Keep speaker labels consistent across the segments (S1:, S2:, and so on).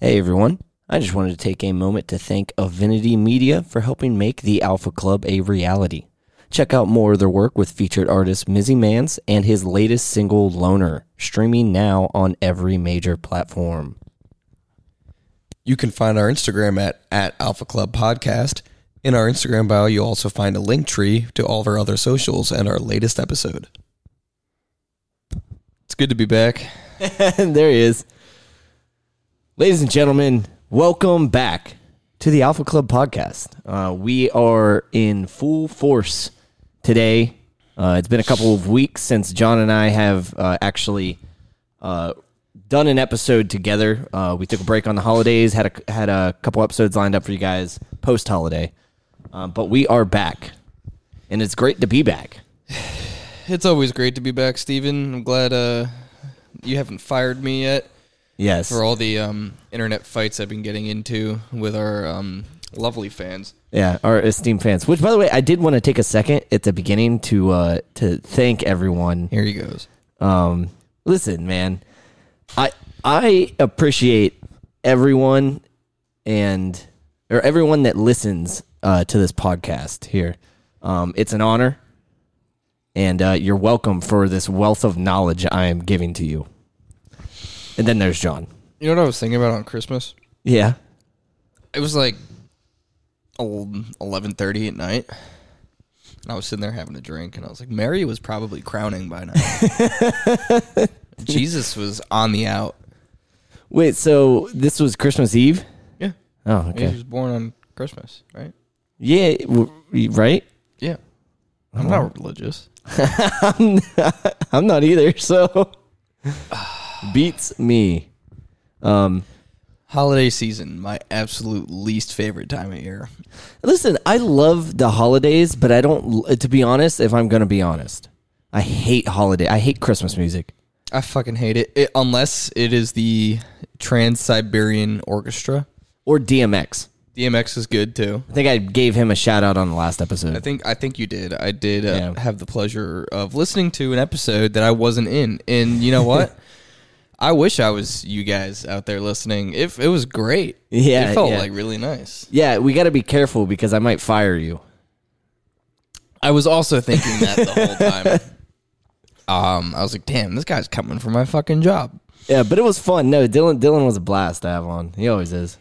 S1: Hey everyone, I just wanted to take a moment to thank Avinity Media for helping make the Alpha Club a reality. Check out more of their work with featured artist Mizzy Mans and his latest single Loner, streaming now on every major platform.
S2: You can find our Instagram at, at Alpha Club Podcast. In our Instagram bio, you'll also find a link tree to all of our other socials and our latest episode. It's good to be back.
S1: And there he is. Ladies and gentlemen, welcome back to the Alpha Club podcast. Uh, we are in full force today. Uh, it's been a couple of weeks since John and I have uh, actually uh, done an episode together. Uh, we took a break on the holidays, had a, had a couple episodes lined up for you guys post holiday, um, but we are back, and it's great to be back.
S2: It's always great to be back, Steven. I'm glad uh, you haven't fired me yet
S1: Yes,
S2: for all the um, internet fights I've been getting into with our um, lovely fans.
S1: Yeah, our esteemed fans. Which, by the way, I did want to take a second at the beginning to uh, to thank everyone.
S2: Here he goes.
S1: Um, listen, man, I I appreciate everyone and or everyone that listens uh, to this podcast here. Um, it's an honor, and uh, you're welcome for this wealth of knowledge I am giving to you. And then there's John.
S2: You know what I was thinking about on Christmas?
S1: Yeah,
S2: It was like eleven thirty at night, and I was sitting there having a drink, and I was like, Mary was probably crowning by now. Jesus was on the out.
S1: Wait, so this was Christmas Eve?
S2: Yeah,
S1: Oh,
S2: he
S1: okay.
S2: was born on Christmas, right?
S1: Yeah, w- right.
S2: Yeah, I'm not religious.
S1: I'm not either, so beats me. Um,
S2: Holiday season, my absolute least favorite time of year.
S1: listen, I love the holidays, but I don't. To be honest, if I'm gonna be honest, I hate holiday. I hate Christmas music.
S2: I fucking hate it, it unless it is the Trans Siberian Orchestra.
S1: Or DMX.
S2: DMX is good too.
S1: I think I gave him a shout out on the last
S2: I
S1: episode.
S2: think I think you did. I did uh,
S1: Yeah.
S2: have the pleasure of listening to an episode that I wasn't in, and you know what? I wish I was you guys out there listening. If it was great,
S1: Yeah,
S2: it felt
S1: yeah.
S2: like really nice.
S1: Yeah, we got to be careful because I might fire you.
S2: I was also thinking that the whole time. Um, I was like, damn, this guy's coming for my fucking job.
S1: Yeah, but it was fun. No, Dylan. Dylan was a blast to have on. He always is.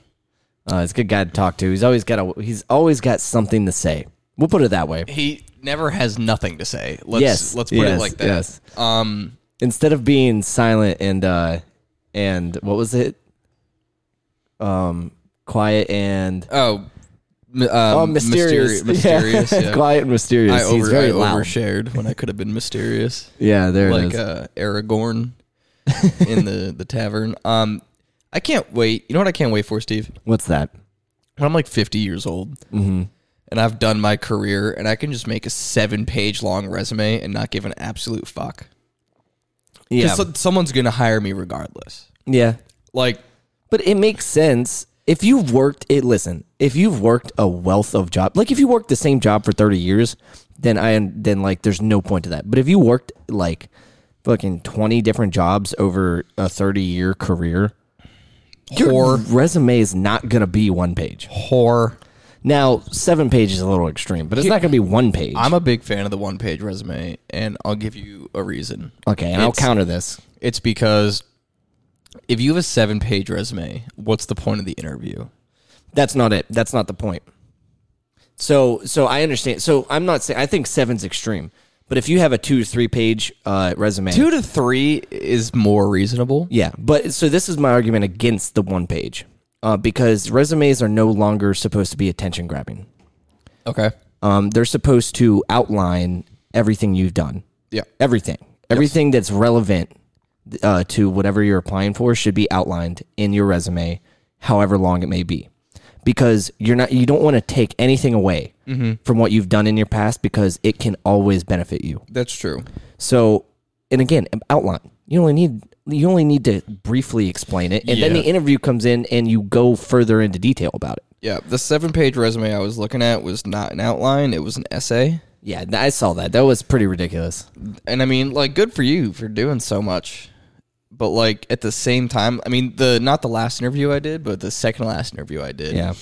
S1: Uh, he's a good guy to talk to. He's always got a. He's always got something to say. We'll put it that way.
S2: He never has nothing to say. Let's
S1: Yes,
S2: let's put
S1: yes,
S2: it like that.
S1: yes.
S2: Um,
S1: instead of being silent and uh and what was it um quiet and
S2: oh, m- um,
S1: oh mysterious
S2: mysterious,
S1: Yeah.
S2: yeah.
S1: quiet and mysterious
S2: I,
S1: he's
S2: over,
S1: very
S2: I
S1: loud
S2: overshared when I could have been mysterious.
S1: yeah there it
S2: like
S1: is
S2: uh, Aragorn in the the tavern. Um, I can't wait. You know what I can't wait for, Steve?
S1: what's that
S2: When I'm like 50 years old and I've done my career, and I can just make a seven page long resume and not give an absolute fuck.
S1: yeah
S2: Because someone's gonna hire me regardless.
S1: yeah
S2: Like,
S1: but it makes sense if you've worked it listen if you've worked a wealth of job like if you worked the same job for 30 years then i then like there's no point to that but if you worked like fucking 20 different jobs over a 30 year career your
S2: Whore.
S1: resume is not going to be one page.
S2: whore.
S1: Now, seven pages is a little extreme, but it's not going to be one page.
S2: I'm a big fan of the one page resume, and I'll give you a reason.
S1: okay, and I'll
S2: It's-
S1: counter this.
S2: It's because if you have a seven page resume, what's the point of the interview?
S1: That's not it. That's not the point. So, so I understand. So I'm not saying I think seven's extreme, but if you have a two to three page uh, resume,
S2: Two to three is more reasonable.
S1: Yeah, but so this is my argument against the one page, uh, because resumes are no longer supposed to be attention grabbing.
S2: Okay.
S1: Um, they're supposed to outline everything you've done,
S2: Yeah.
S1: everything, everything that's relevant uh, to whatever you're applying for should be outlined in your resume, however long it may be, because you're not you don't want to take anything away from what you've done in your past because it can always benefit you.
S2: That's true.
S1: So, and again, um, outline. You only need you only need to briefly explain it, and then
S2: Yeah.
S1: the interview comes in, and you go further into detail about it.
S2: Yeah, the seven-page resume I was looking at was not an outline; it was an essay.
S1: Yeah, th- I saw that. That was pretty ridiculous.
S2: And I mean, like, good for you for doing so much. But like at the same time, I mean the not the last interview I did, but the second to last interview I did.
S3: Yeah.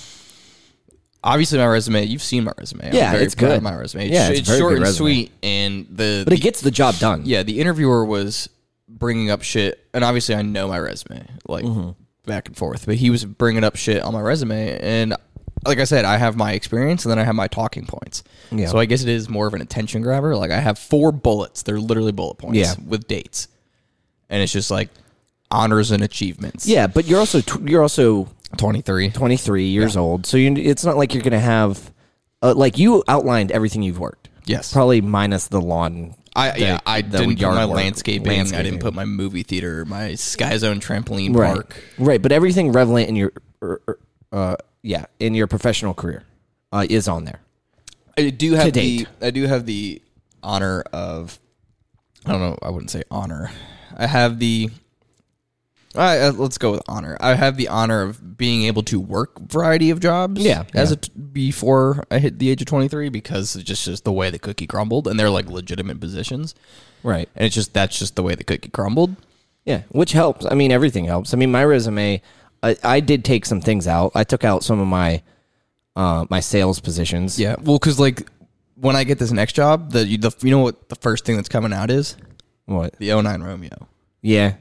S2: Obviously my resume, you've seen my resume.
S1: Yeah,
S2: I'm very
S1: it's
S2: proud
S1: good.
S2: of my resume. It's,
S1: Yeah,
S2: sh-
S1: it's
S2: it's,
S1: a very
S2: short
S1: good
S2: and
S1: resume.
S2: sweet and the
S1: But
S2: the-
S1: it gets the job done.
S2: yeah, the interviewer was bringing up shit, and obviously I know my resume, like
S1: Mm-hmm.
S2: back and forth, but he was bringing up shit on my resume, and like I said, I have my experience, and then I have my talking points.
S1: Yeah.
S2: So I guess it is more of an attention grabber. Like I have four bullets; they're literally bullet points
S1: Yeah.
S2: with dates, and it's just like honors and achievements.
S1: Yeah, but you're also tw- you're also
S2: twenty three.
S1: 23 years old, so you it's not like you're going to have uh, like you outlined everything you've worked.
S2: Yes.
S1: probably minus the lawn.
S2: I
S1: the-
S2: yeah, I
S1: the
S2: didn't put
S1: yard
S2: my
S1: work,
S2: landscaping, I didn't put my movie theater, my Sky Zone trampoline
S1: right,
S2: park.
S1: right, but everything relevant in your er, er, uh, yeah in your professional career uh, is on there.
S2: I do have
S1: date.
S2: the I do have the honor of I don't know I wouldn't say honor I have the all right, uh, let's go with honor I have the honor of being able to work variety of jobs
S1: Yeah,
S2: as a t- before I hit the age of 23 because it's just, just the way the cookie crumbled and they're like legitimate positions
S1: Right.
S2: and it's just that's just the way the cookie crumbled
S1: Yeah, which helps. I mean, everything helps. I mean, my resume, I, I did take some things out. I took out some of my uh, my sales positions.
S2: yeah well because like when I get this next job the you, the you know what the first thing that's coming out is
S1: What?
S2: the 09 Romeo
S1: Yeah.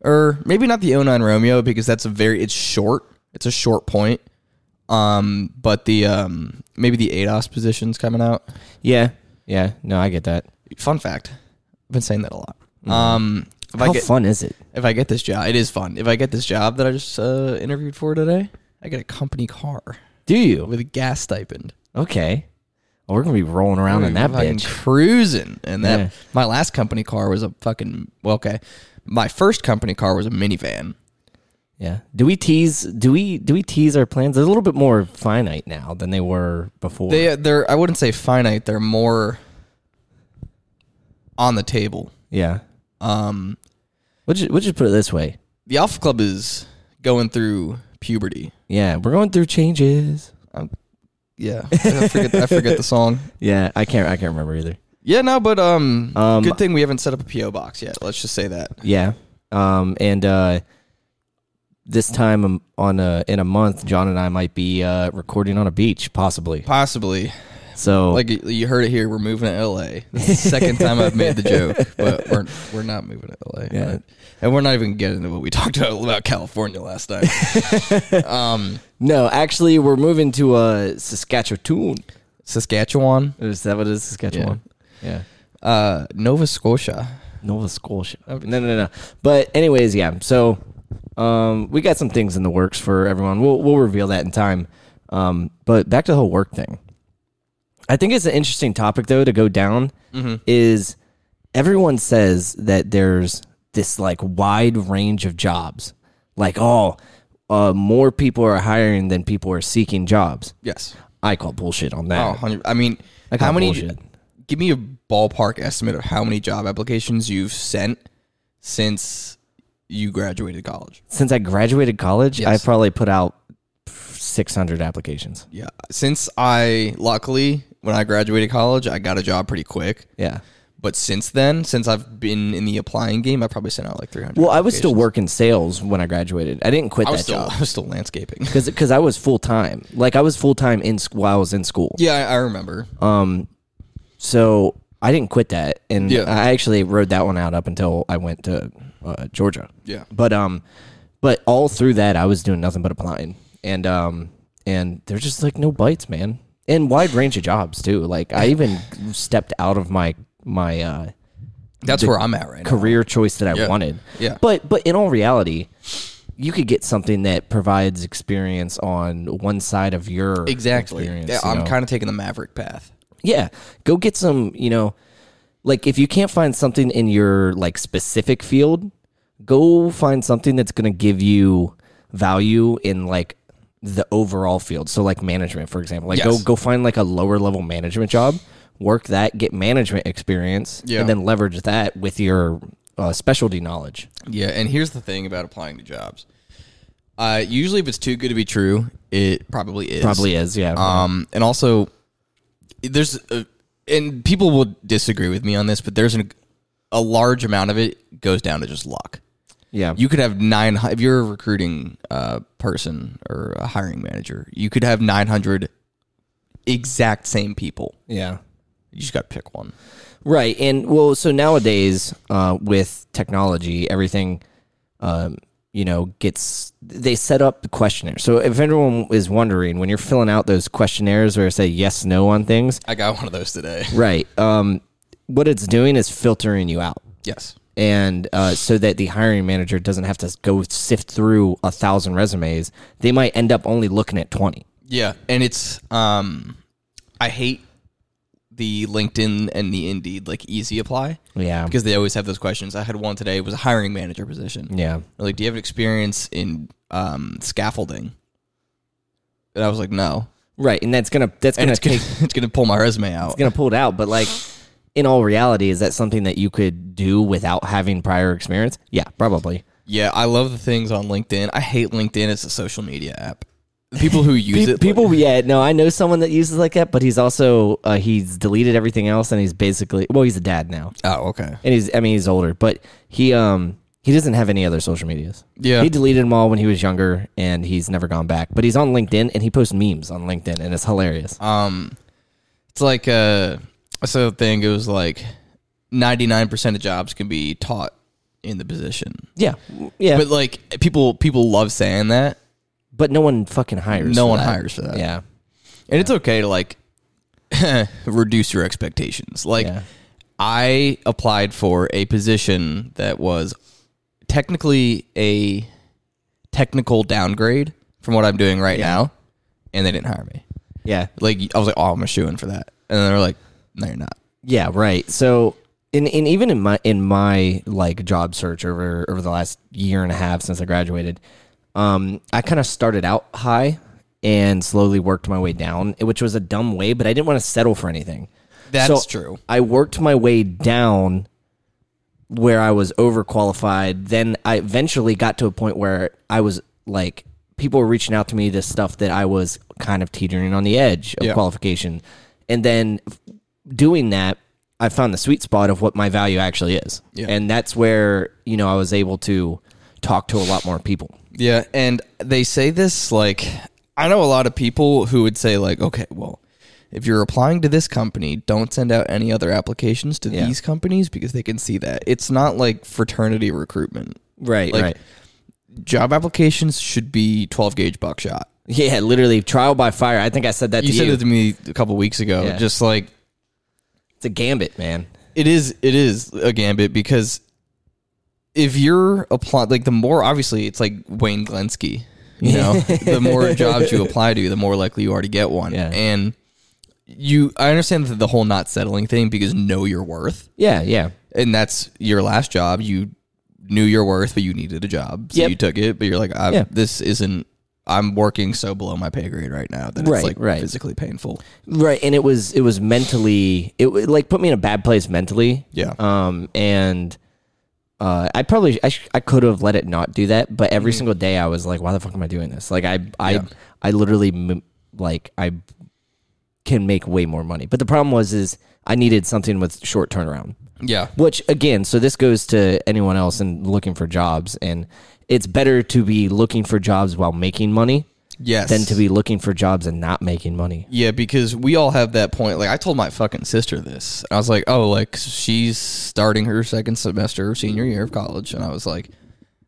S2: or maybe not the 09 Romeo because that's a very it's short. It's a short point. Um, but the um maybe the ADOS position's coming out.
S1: Yeah. Yeah. No, I get that.
S2: Fun fact. I've been saying that a lot. Um if
S1: Mm-hmm. How
S2: I get
S1: fun is it?
S2: if I get this job, it is fun. If I get this job that I just uh, interviewed for today, I get a company car
S1: Do you?
S2: with a gas stipend.
S1: Okay. Well, we're gonna be rolling around in that
S2: fucking
S1: bitch.
S2: cruising. And that
S1: Yeah.
S2: my last company car was a fucking well, okay. My first company car was a minivan.
S1: Yeah. Do we tease? Do we? Do we tease our plans? They're a little bit more finite now than they were before.
S2: They they're I wouldn't say finite. They're more on the table.
S1: yeah.
S2: Um,
S1: We'll just, we'll just put it this way.
S2: the Alpha Club is going through puberty.
S1: Yeah, we're going through changes. Um,
S2: Yeah, I forget I forget the song.
S1: Yeah, I can't. I can't remember either.
S2: Yeah, no, but um,
S1: Um,
S2: good thing we haven't set up a PO box yet. Let's just say that.
S1: Yeah. Um, and uh, this time um, on a, in a month, John and I might be uh, recording on a beach, possibly.
S2: Possibly,
S1: So
S2: like you- you heard it here, we're moving to LA. This is the second time I've made the joke, but we're we're not moving to LA.
S1: Yeah.
S2: and we're not even getting into what we talked about about California last time. um,
S1: no, actually, we're moving to uh, Saskatchewan.
S2: Saskatchewan,
S1: Is that what it is? Saskatchewan. Yeah.
S2: uh, Nova Scotia.
S1: Nova Scotia. No, no, no. But anyways, yeah. So um, we got some things in the works for everyone. We'll we'll reveal that in time. Um, but back to the whole work thing. I think it's an interesting topic though to go down.
S2: Mm-hmm.
S1: Is everyone says that there's this like wide range of jobs, like oh, uh, more people are hiring than people are seeking jobs.
S2: Yes.
S1: I call bullshit on
S2: Oh,
S1: that.
S2: 100 I mean,
S1: That
S2: how
S1: kind
S2: many?
S1: of bullshit.
S2: Give me a ballpark estimate of how many job applications you've sent since you graduated college.
S1: Since I graduated college,
S2: Yes.
S1: I probably put out six hundred applications.
S2: Yeah. Since I, luckily, when I graduated college, I got a job pretty quick.
S1: Yeah.
S2: But since then, since I've been in the applying game, I probably sent out like 300.
S1: Well, I was still
S2: applications.
S1: working sales when I graduated. I didn't quit
S2: I
S1: that
S2: was still,
S1: job
S2: I was still landscaping.
S1: because I was full time. Like I was full time in sc- while I was in school.
S2: yeah, I, I remember.
S1: Uh, So I didn't quit that, and
S2: Yeah.
S1: I actually rode that one out up until I went to uh, Georgia.
S2: Yeah.
S1: But um, but all through that, I was doing nothing but applying, and um, and there's just like no bites, man, and wide range of jobs too. Like I even stepped out of my my uh,
S2: That's where I'm at right now.
S1: career choice that I
S2: Yeah.
S1: wanted.
S2: Yeah.
S1: But but in all reality, you could get something that provides experience on one side of your
S2: Exactly.
S1: Experience,
S2: Yeah,
S1: you
S2: I'm
S1: know?
S2: kind of taking the Maverick path.
S1: yeah. Go get some. You know, like if you can't find something in your like specific field, go find something that's going to give you value in like the overall field. So like management, for example. Like go
S2: Yes.
S1: go find like a lower level management job. Work that, get management experience,
S2: Yeah.
S1: and then leverage that with your uh, specialty knowledge.
S2: Yeah, and here's the thing about applying to jobs. Uh, usually, if it's too good to be true, it probably is.
S1: Probably is, yeah.
S2: Um, and also, there's a, and people will disagree with me on this, but there's an, a large amount of it goes down to just luck.
S1: Yeah.
S2: You could have nine. hu- If you're a recruiting uh, person or a hiring manager, you could have 900 exact same people.
S1: yeah.
S2: You just got to pick one.
S1: Right. And well, so nowadays, uh, with technology, everything, um, you know, gets they set up the questionnaire. So if anyone is wondering, when you're filling out those questionnaires where it say yes, no on things,
S2: I got one of those today.
S1: right? Um, what it's doing is filtering you out.
S2: Yes.
S1: and uh, so that the hiring manager doesn't have to go sift through a thousand resumes, they might end up only looking at twenty.
S2: Yeah, and it's um, I hate the LinkedIn and the Indeed like easy apply
S1: Yeah,
S2: because they always have those questions. I had one today it was a hiring manager position.
S1: yeah,
S2: They're like, do you have an experience in um, scaffolding? And I was like, no,
S1: right. And that's gonna that's
S2: and
S1: gonna
S2: it's
S1: take,
S2: gonna it's gonna pull my resume out.
S1: it's gonna pull it out. But like, in all reality, is that something that you could do without having prior experience? Yeah, probably.
S2: yeah, I love the things on LinkedIn. I hate LinkedIn. It's a social media app. The People who use
S1: Pe-
S2: it,
S1: people, yeah, no, I know someone that uses like that, but he's also uh, he's deleted everything else, and he's basically well, he's a dad now,
S2: Oh, okay.
S1: and he's I mean he's older, but he um he doesn't have any other social medias.
S2: Yeah,
S1: He deleted them all when he was younger, and he's never gone back. But he's on LinkedIn, and he posts memes on LinkedIn, and it's hilarious.
S2: um it's like uh I saw a thing it was like 99% of jobs can be taught in the position
S1: Yeah, yeah.
S2: but
S1: But,
S2: like people people love saying that
S1: no one fucking hires.
S2: no
S1: for
S2: one
S1: that.
S2: hires for that
S1: Yeah,
S2: and it's okay to like reduce your expectations like
S1: Yeah.
S2: i applied for a position that was technically a technical downgrade from what i'm doing right now and they didn't hire me
S1: yeah,
S2: like i was like oh i'm a shoe in for that and they were like no you're not
S1: yeah. Right. So, in in even in my in my like job search over over the last year and a half since I graduated, um, I kind of started out high and slowly worked my way down, which was a dumb way, but I didn't want to settle for anything.
S2: That's true.
S1: I worked my way down where I was overqualified. Then I eventually got to a point where I was like, people were reaching out to me to stuff that I was kind of teetering on the edge of
S2: Yeah.
S1: qualification. And then f- doing that, I found the sweet spot of what my value actually is.
S2: Yeah.
S1: And that's where, you know, I was able to talk to a lot more people.
S2: Yeah, and they say this like I know a lot of people who would say like, okay, well, if you're applying to this company, don't send out any other applications to
S1: Yeah.
S2: these companies because they can see that. It's not like fraternity recruitment.
S1: Right,
S2: Like,
S1: right.
S2: Job applications should be 12 gauge buckshot.
S1: Yeah, literally trial by fire. I think I said that
S2: You
S1: to
S2: said
S1: you.
S2: it to me a couple weeks ago.
S1: Yeah.
S2: Just like
S1: it's a gambit, man.
S2: it is it is a gambit because if you're applying like the more obviously it's like Wayne Glensky, you know, the more jobs you apply to, the more likely you are to get one.
S1: Yeah.
S2: And you I understand the whole not settling thing because know your worth.
S1: Yeah, yeah.
S2: And that's your last job. You knew your worth, but you needed a job. So
S1: Yep.
S2: you took it, but you're like, I,
S1: Yeah.
S2: this isn't I'm working so below my pay grade right now that
S1: Right,
S2: it's like
S1: right.
S2: physically painful.
S1: right and it was it was mentally it w- like put me in a bad place mentally
S2: Yeah.
S1: um and uh i probably i, sh- I could have let it not do that but every single day i was like why the fuck am i doing this like i i
S2: Yeah.
S1: i literally m- like i can make way more money but the problem was is i needed something with short turnaround
S2: Yeah.
S1: which again, so this goes to anyone else and looking for jobs, and it's better to be looking for jobs while making money
S2: Yes.
S1: than to be looking for jobs and not making money.
S2: Yeah, because we all have that point. Like I told my fucking sister this. I was like, "Oh, like she's starting her second semester, senior year of college," and I was like,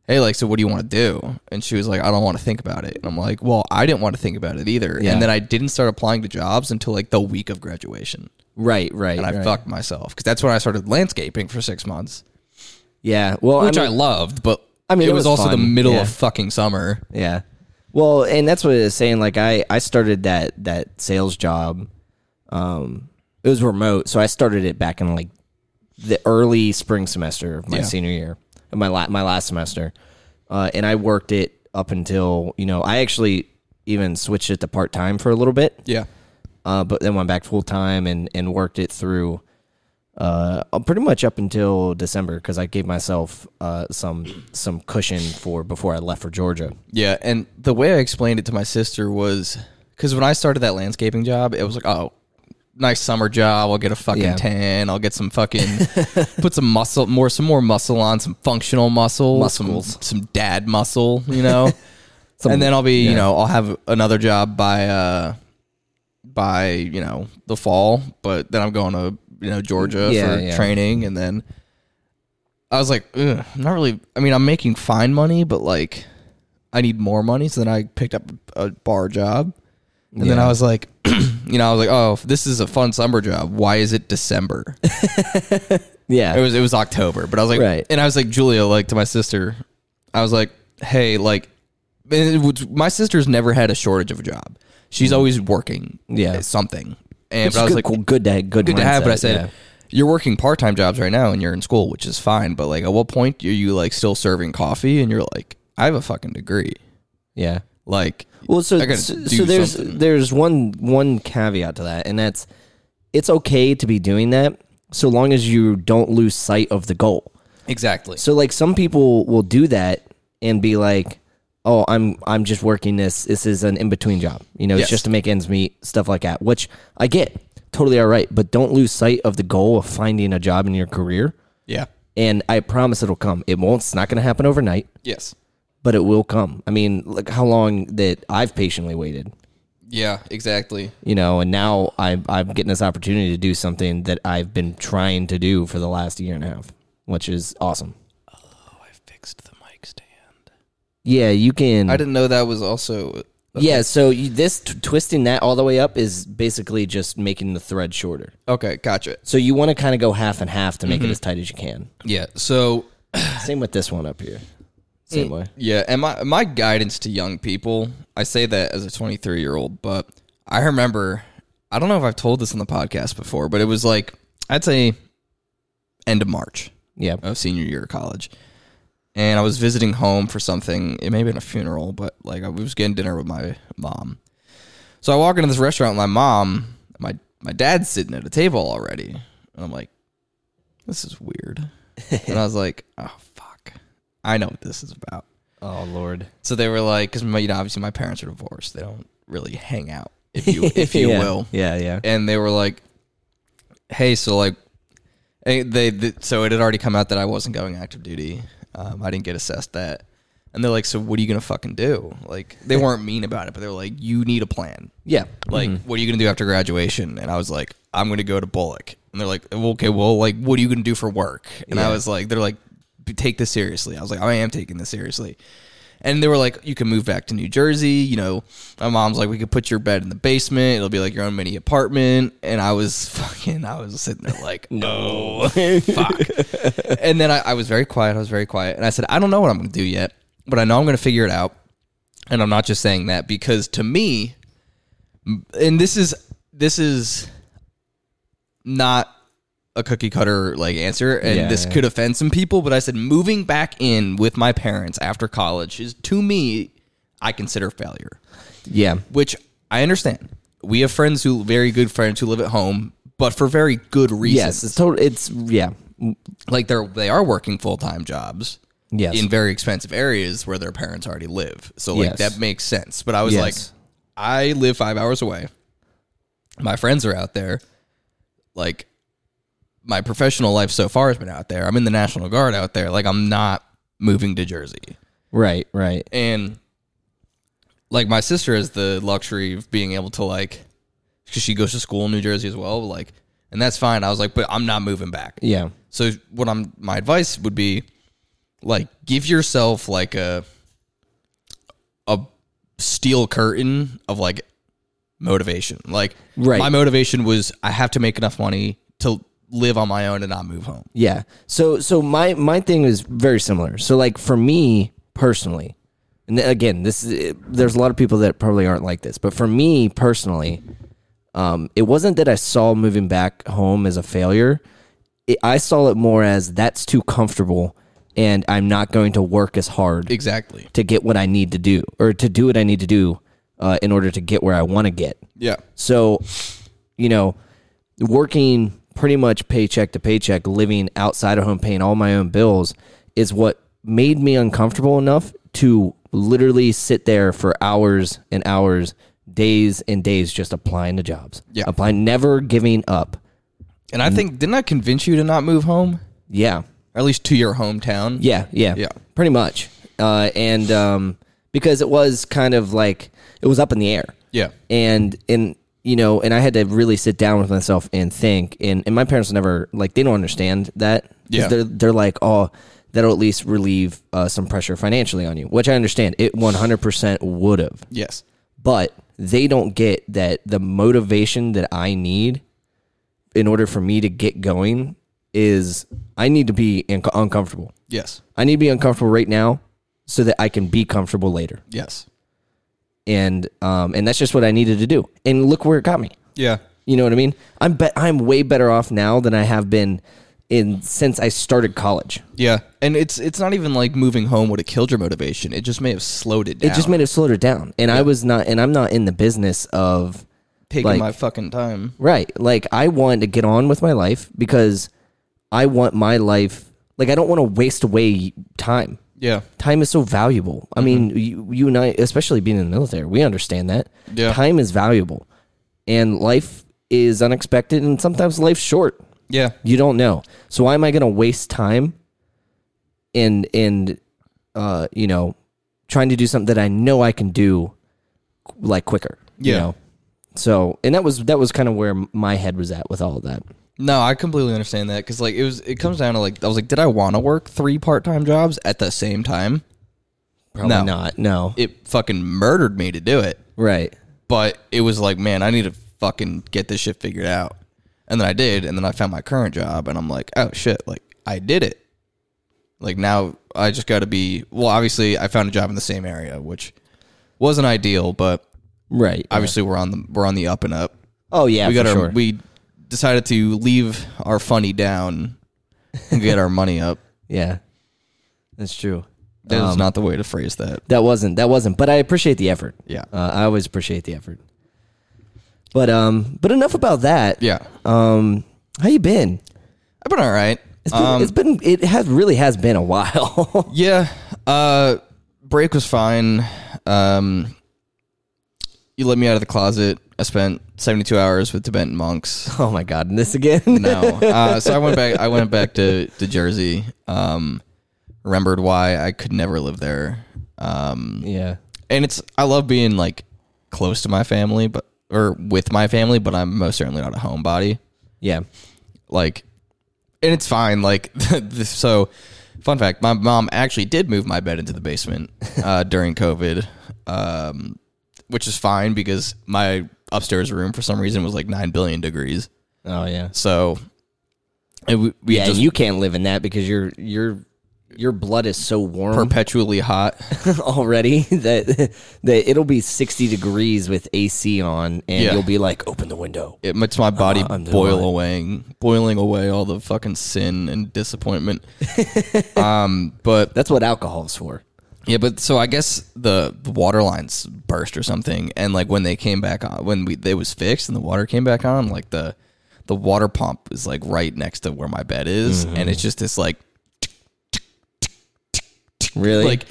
S2: "Hey, like, so what do you want to do?" And she was like, "I don't want to think about it." And I'm like, "Well, I didn't want to think about it either."
S1: Yeah.
S2: And then I didn't start applying to jobs until like the week of graduation,
S1: Right, right.
S2: and I
S1: right.
S2: fucked myself because that's when I started landscaping for six months,
S1: Yeah. Well,
S2: which I,
S1: I mean,
S2: loved, but
S1: I mean,
S2: it,
S1: it
S2: was,
S1: was
S2: also the
S1: fun.
S2: middle
S1: Yeah.
S2: of fucking summer.
S1: yeah. Well, and that's what it's saying. Like I, I started that that sales job. Um, it was remote, so I started it back in like the early spring semester of my
S2: Yeah.
S1: senior year, of my la- my last semester, uh, and I worked it up until you know I actually even switched it to part time for a little bit.
S2: Yeah,
S1: uh, but then went back full time and and worked it through uh pretty much up until December because I gave myself uh some some cushion for before I left for Georgia.
S2: Yeah, and the way I explained it to my sister was because when I started that landscaping job, it was like, oh, nice summer job. I'll get a fucking
S1: Yeah.
S2: tan. I'll get some fucking put some muscle, more some more muscle on, some functional muscle,
S1: Muscles.
S2: some some dad muscle, you know.
S1: Some-
S2: and then I'll be, you know, I'll have another job by uh by, you know, the fall, but then I'm going to, you know, Georgia
S1: Yeah,
S2: for
S1: yeah.
S2: training and then I was like, Ugh, I'm not really I mean, I'm making fine money, but like I need more money, so then I picked up a bar job. And then
S1: Yeah.
S2: I was like, you know, I was like, oh, if this is a fun summer job. Why is it December?
S1: yeah,
S2: It was it was October, but I was like,
S1: Right.
S2: and I was like Julia, like to my sister, I was like, hey, like, and it was- my sister's never had a shortage of a job. She's always working,
S1: Mm. Yeah.
S2: at something. And
S1: Which
S2: but
S1: is
S2: I was
S1: good,
S2: like,
S1: cool- good to good,
S2: good to have. But I
S1: mindset,
S2: said,
S1: yeah.
S2: you're working part time jobs right now, and you're in school, which is fine. But like, at what point are you like still serving coffee? And you're like, I have a fucking degree.
S1: yeah.
S2: Like,
S1: Well, so
S2: I gotta
S1: so,
S2: do
S1: so there's
S2: something.
S1: there's one one caveat to that, and that's it's okay to be doing that so long as you don't lose sight of the goal.
S2: exactly.
S1: So like some people will do that and be like, "Oh, I'm I'm just working this. This is an in between job. You know,
S2: Yes.
S1: it's just to make ends meet, stuff like that." Which I get, totally all right. But don't lose sight of the goal of finding a job in your career.
S2: Yeah.
S1: And I promise it'll come. It won't. It's not going to happen overnight,
S2: Yes.
S1: but it will come. I mean, look how long that I've patiently waited.
S2: Yeah. Exactly.
S1: You know, and now I, I'm getting this opportunity to do something that I've been trying to do for the last year and a half, which is awesome.
S2: Oh, I fixed the mic stand.
S1: Yeah, you can.
S2: I didn't know that was also.
S1: Yeah, so you, this t- twisting that all the way up is basically just making the thread shorter.
S2: Okay, gotcha.
S1: So you want to kind of go half and half to make it as tight as you can.
S2: Yeah. So
S1: Same with this one up here. Same way.
S2: yeah, and my my guidance to young people, I say that as a 23 year old, but I remember, I don't know if I've told this on the podcast before, but it was like I'd say end of March
S1: Yeah.
S2: of senior year of college, and I was visiting home for something. It may have been a funeral, but like I was getting dinner with my mom. So I walk into this restaurant with my mom. My my dad's sitting at a table already, and I'm like, this is weird. and I was like, oh fuck, I know what this is about.
S1: Oh lord.
S2: So they were like, because you know, obviously my parents are divorced. They don't really hang out, if you if you
S1: yeah.
S2: will.
S1: Yeah, yeah.
S2: And they were like, hey, so like, eh, they, th so it had already come out that I wasn't going active duty. Um, I didn't get assessed that. And they're like, so what are you gonna fucking do? Like, they weren't mean about it, but they were like, you need a plan.
S1: Yeah.
S2: Like, what are you gonna do after graduation? And I was like, I'm gonna go to Bullock. And they're like, well, okay, well, like, what are you gonna do for work? And I
S1: Yeah.
S2: was like, they're like, "B- take this seriously. I was like, I am taking this seriously. And they were like, you can move back to New Jersey. You know, my mom's like, we could put your bed in the basement. It'll be like your own mini apartment. And I was fucking, I was sitting there like,
S1: Oh,
S2: no, fuck. and then I, I was very quiet. I was very quiet. And I said, I don't know what I'm going to do yet, but I know I'm going to figure it out. And I'm not just saying that because to me, and this is this is not a cookie cutter like answer and
S1: Yeah,
S2: this
S1: yeah.
S2: could offend some people but i said moving back in with my parents after college is to me i consider failure
S1: Yeah.
S2: which i understand we have friends who very good friends who live at home but for very good reasons
S1: Yes, it's total it's yeah.
S2: like they're they are working full-time jobs
S1: Yes.
S2: in very expensive areas where their parents already live. So
S1: Yes.
S2: like that makes sense. But I was
S1: Yes.
S2: like, I live five hours away. My friends are out there. Like my professional life so far has been out there. I'm in the National Guard out there. Like I'm not moving to Jersey.
S1: right, right.
S2: And like my sister has the luxury of being able to like because she goes to school in New Jersey as well, like and that's fine. I was like, but I'm not moving back.
S1: Yeah.
S2: So what I'm my advice would be like give yourself like a a steel curtain of like motivation. Like
S1: Right.
S2: my motivation was I have to make enough money to live on my own and not move home.
S1: Yeah. So so my my thing is very similar. So like for me personally, and th- again, this is there's a lot of people that probably aren't like this, but for me personally, um, it wasn't that I saw moving back home as a failure. It, I saw it more as that's too comfortable, and I'm not going to work as hard
S2: Exactly.
S1: to get what I need to do, or to do what I need to do uh, in order to get where I want to get.
S2: Yeah.
S1: So, you know, working pretty much paycheck to paycheck, living outside of home, paying all my own bills is what made me uncomfortable enough to literally sit there for hours and hours days and days just applying to jobs.
S2: Yeah.
S1: Applying, never giving up.
S2: And I think didn't I convince you to not move home,
S1: Yeah.
S2: or at least to your hometown?
S1: Yeah, yeah,
S2: Yeah.
S1: pretty much. Uh, and um, because it was kind of like it was up in the air,
S2: Yeah.
S1: and and you know, and I had to really sit down with myself and think. And and my parents never like they don't understand that. 'Cause
S2: Yeah.
S1: they're they're like, oh, that'll at least relieve uh, some pressure financially on you, which I understand. It one hundred percent would have
S2: Yes.
S1: but they don't get that the motivation that I need in order for me to get going is I need to be in- uncomfortable.
S2: Yes.
S1: I need to be uncomfortable right now so that I can be comfortable later.
S2: Yes.
S1: And um and that's just what I needed to do. And look where it got me.
S2: Yeah.
S1: You know what I mean? I'm bet I'm way better off now than I have been in since I started college.
S2: Yeah. And it's it's not even like moving home would have killed your motivation. It just may have slowed it down.
S1: It just made it slower down. And I was not and I'm not in the business of
S2: taking
S1: like-
S2: my fucking time.
S1: Right. Like I want to get on with my life because I want my life like I don't want to waste away time.
S2: Yeah.
S1: Time is so valuable.
S2: Mm-hmm.
S1: I mean, you, you and I, especially being in the military, we understand that.
S2: Yeah.
S1: Time is valuable. And life is unexpected and sometimes life's short.
S2: Yeah.
S1: You don't know. So why am I going to waste time and and uh, you know, trying to do something that I know I can do like quicker, you
S2: Yeah.
S1: know? So, and that was that was kind of where my head was at with all of that.
S2: No, I completely understand that because like it was it comes down to like I was like, did I want to work three part time jobs at the same time?
S1: Probably
S2: No.
S1: not. No.
S2: It fucking murdered me to do it.
S1: right.
S2: But it was like, man, I need to fucking get this shit figured out. And then I did, and then I found my current job, and I'm like, oh shit, like I did it. Like now I just got to be well. Obviously, I found a job in the same area, which wasn't ideal, but
S1: Right.
S2: obviously we're on the we're on the up and up.
S1: oh yeah,
S2: we
S1: for
S2: got our
S1: sure.
S2: we decided to leave our funny down and get our money up.
S1: yeah. That's true.
S2: That
S1: Um,
S2: is not the way to phrase that.
S1: That wasn't that wasn't, but I appreciate the effort.
S2: Yeah.
S1: Uh, I always appreciate the effort. But um but enough about that.
S2: Yeah.
S1: Um how you been?
S2: I've been all right.
S1: It's been,
S2: Um,
S1: it's been it has really has been a while.
S2: yeah. Uh break was fine. Um you let me out of the closet. I spent 72 hours with Tibetan monks.
S1: oh my god, and this again?
S2: No. Uh, so I went back I went back to, to Jersey. Um remembered why I could never live there. Um
S1: yeah.
S2: and it's I love being like close to my family, but or with my family, but I'm most certainly not a homebody.
S1: Yeah.
S2: Like, and it's fine. Like, this- so fun fact: my mom actually did move my bed into the basement uh, during COVID, um, which is fine because my upstairs room for some reason was like nine billion degrees.
S1: Oh yeah.
S2: So, and we, we
S1: Yeah,
S2: just
S1: and you can't live in that because your your your blood is so warm
S2: perpetually hot.
S1: already that that it'll be 60 degrees with AC on and
S2: Yeah.
S1: you'll be like open the window.
S2: it makes my body
S1: I'm doing
S2: boil
S1: mine.
S2: away, boiling away all the fucking sin and disappointment. um, but
S1: That's what alcohol's for.
S2: yeah, but so I guess the, the water lines burst or something, and like when they came back on, when we they was fixed and the water came back on, like the the water pump is like right next to where my bed is, and it's just this like
S1: Really?
S2: like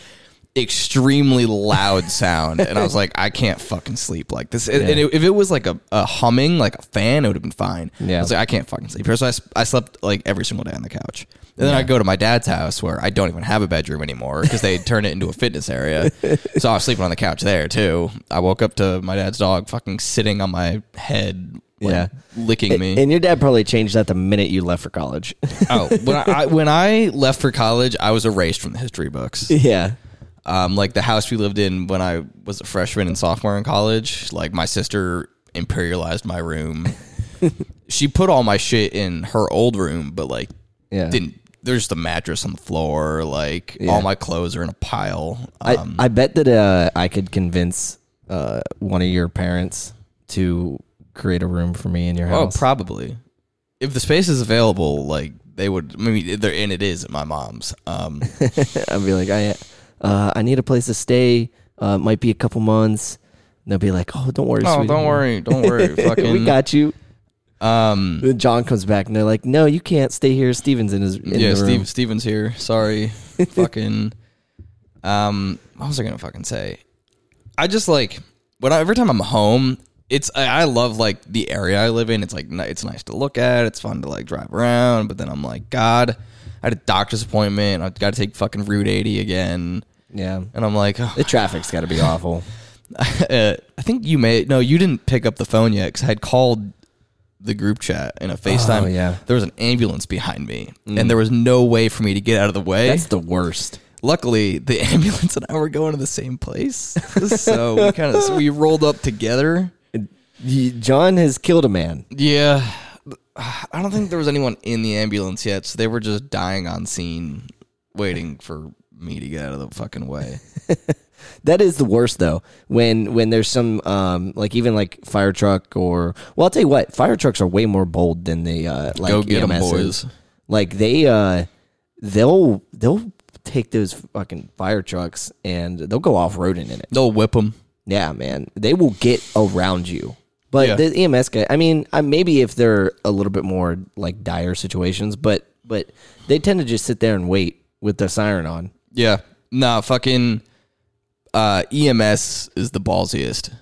S2: extremely loud sound and i was like i can't fucking sleep like this and and if it was like a, a humming like a fan it would have been fine
S1: Yeah.
S2: i was like i can't fucking sleep here so i, s- I slept like every single day on the couch and then i go to my dad's house where i don't even have a bedroom anymore because they turned it into a fitness area so i was sleeping on the couch there too i woke up to my dad's dog fucking sitting on my head like,
S1: Yeah.
S2: licking me
S1: and your dad probably changed that the minute you left for college.
S2: oh when I, I when i left for college i was erased from the history books
S1: yeah.
S2: um, like the house we lived in when I was a freshman and sophomore in college, like my sister imperialized my room. she put all my shit in her old room, but like
S1: Yeah.
S2: didn't there's just a mattress on the floor, like all my clothes are in a pile. Um,
S1: I, I bet that uh, I could convince uh, one of your parents to create a room for me in your
S2: oh,
S1: house.
S2: probably. If the space is available, like they would I mean they're and it is at my mom's. Um
S1: I'd be like, I, uh, I need a place to stay. Uh, it might be a couple months. And they'll be like, oh, don't worry. sweetie.
S2: worry, don't worry. Fucking
S1: We got you.
S2: um
S1: Then John comes back and they're like, no, you can't stay here. Steven's in his in
S2: yeah,
S1: the room.
S2: Steve, Steven's here. Sorry. fucking. Um, what was I gonna fucking say? I just like when I, every time I'm home, it's I, I love like the area I live in. It's like ni- it's nice to look at. It's fun to like drive around. But then I'm like, God, I had a doctor's appointment. I got to take fucking Route 80 again.
S1: Yeah.
S2: And I'm like, oh,
S1: The traffic's got to be awful.
S2: uh, I think you may. No, you didn't pick up the phone yet because I had called the group chat in a FaceTime.
S1: Oh, yeah. Mm.
S2: There was an ambulance behind me, and there was no way for me to get out of the way.
S1: That's the worst.
S2: Luckily, the ambulance and I were going to the same place, so we kind of so we rolled up together.
S1: Ye- John has killed a man.
S2: Yeah. I don't think there was anyone in the ambulance yet, so they were just dying on scene, waiting for me to get out of the fucking way.
S1: That is the worst though. When when there's some um like even like fire truck or well I'll tell you what fire trucks are way more bold than the uh like
S2: Go get 'em,
S1: EMSs.
S2: boys.
S1: Like they uh they'll they'll take those fucking fire trucks and they'll go off roading in it.
S2: They'll whip them.
S1: Yeah, man, they will get around you. But
S2: Yeah.
S1: the EMS guy, I mean, I, maybe if they're a little bit more like dire situations, but but they tend to just sit there and wait with the siren on.
S2: Yeah. Nah, fucking uh, EMS is the ballsiest.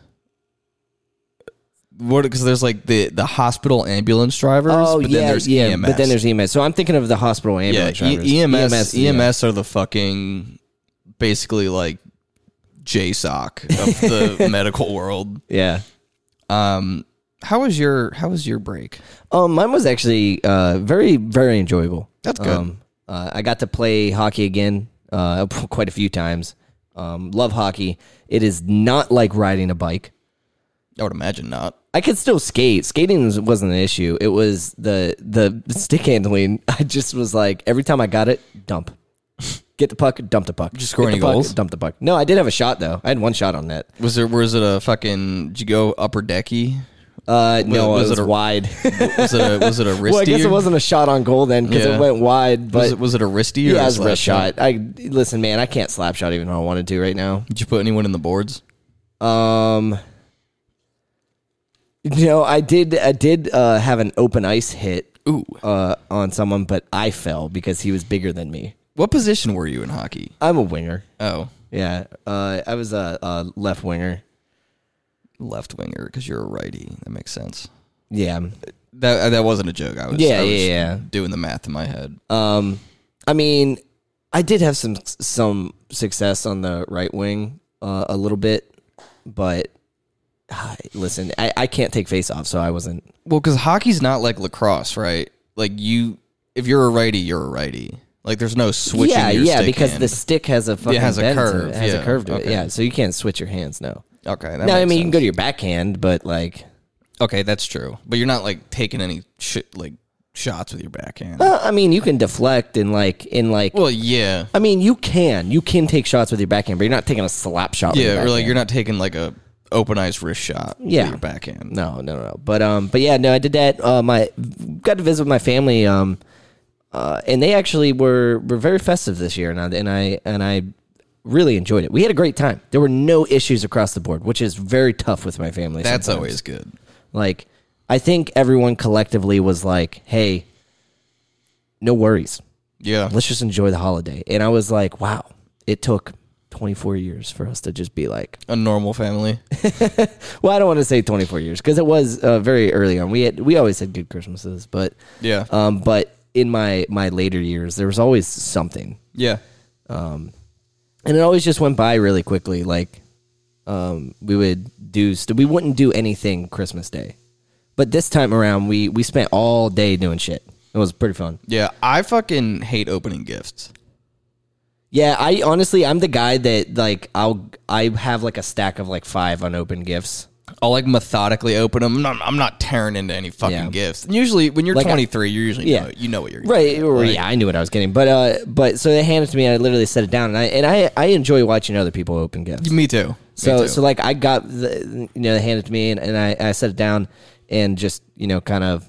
S2: What? Because there's like the the hospital ambulance drivers, but then there's E EMS.
S1: Oh, But then there's EMS. So I'm thinking of the hospital
S2: yeah,
S1: ambulance drivers.
S2: E- EMS. EMS,
S1: yeah.
S2: are the fucking basically like JSOC of the medical world.
S1: Yeah.
S2: Um, how was your how was your break?
S1: Um, mine was actually uh, very very enjoyable.
S2: That's good.
S1: Um, uh, I got to play hockey again uh, quite a few times. Um, love hockey. It is not like riding a bike.
S2: I would imagine not.
S1: I could still skate. Skating was- wasn't an issue. It was the the stick handling. I just was like every time I got it, dump. Get the puck, dump the puck. Just
S2: score any goals?
S1: Dump the puck. No, I did have a shot though. I had one shot on net.
S2: Was there was it a fucking? Did you go upper decky?
S1: Uh, no,
S2: was
S1: it was
S2: it a-
S1: wide.
S2: Was it a, was it a wristy?
S1: well, I guess it wasn't a shot on goal then because
S2: Yeah.
S1: it went wide. But
S2: Was it, was it a wristy? Or
S1: yeah, it
S2: a
S1: was a
S2: slap
S1: wrist shot. I listen, man. I can't slap shot even though I wanted to right now.
S2: Did you put anyone in the boards?
S1: Um, you know, I did. I did uh, have an open ice hit.
S2: Ooh.
S1: Uh, on someone, but I fell because he was bigger than me.
S2: What position were you in hockey?
S1: I'm a winger.
S2: Oh,
S1: Yeah. Uh, I was a, a left winger.
S2: left winger because you're a righty. That makes sense.
S1: Yeah.
S2: That that wasn't a joke. I was
S1: Yeah,
S2: I was
S1: yeah, yeah.
S2: doing the math in my head.
S1: Um, I mean, I did have some some success on the right wing uh, a little bit, but ah, listen, I, I can't take face off, so I wasn't.
S2: Well, because hockey's not like lacrosse, right? Like you, if you're a righty, you're a righty. Like there's no switching.
S1: yeah,
S2: your
S1: yeah,
S2: stick
S1: because
S2: hand.
S1: the stick has a fucking
S2: has a
S1: bend to
S2: curve,
S1: It. It has
S2: yeah,
S1: a curve to it.
S2: okay.
S1: Yeah, so you can't switch your hands. No,
S2: okay. That
S1: no. I
S2: makes
S1: mean, you can
S2: sense.
S1: go to your backhand, but like,
S2: Okay, that's true. But you're not like taking any shit like shots with your backhand.
S1: uh, I mean, you can deflect and like in like.
S2: well, yeah.
S1: I mean, you can you can take shots with your backhand, but you're not taking a slap shot. with your
S2: Yeah, or like
S1: backhand.
S2: you're not taking like a open ice wrist shot with
S1: Yeah.
S2: your backhand.
S1: No, no, no. But um, but yeah, no, I did that. Uh, my got to visit my family. Um, uh, and they actually were were very festive this year, and I and I and I really enjoyed it. We had a great time. There were no issues across the board, which is very tough with my family.
S2: That's
S1: sometimes.
S2: always good.
S1: like I think everyone collectively was like, "Hey, no worries.
S2: Yeah.
S1: Let's just enjoy the holiday." And I was like, "Wow, it took." 24 years for us to just be like
S2: A normal family.
S1: well i don't want to say 24 years because it was uh, very early on we had we always had good christmases but
S2: Yeah.
S1: um, but in my my later years, there was always something,
S2: yeah.
S1: and it always just went by really quickly. Like um, we would do, st- we wouldn't do anything Christmas Day, but this time around, we we spent all day doing shit. It was pretty fun.
S2: Yeah. I fucking hate opening gifts.
S1: Yeah, I honestly, I'm the guy that like I'll I have like a stack of like five unopened gifts.
S2: I'll like methodically open them. I'm not, I'm not tearing into any fucking
S1: Yeah.
S2: gifts. And usually, when you're
S1: Like, I-
S2: 23, you usually
S1: Yeah.
S2: know, you know what you're gonna
S1: Right,
S2: get.
S1: or,
S2: Like,
S1: yeah, I knew what I was getting, but uh, but so they handed it to me, and I literally set it down, and I and I I enjoy watching other people open gifts.
S2: Me too. Me
S1: So
S2: too.
S1: so like I got the you know they handed it to me and, and I, I set it down and just you know kind of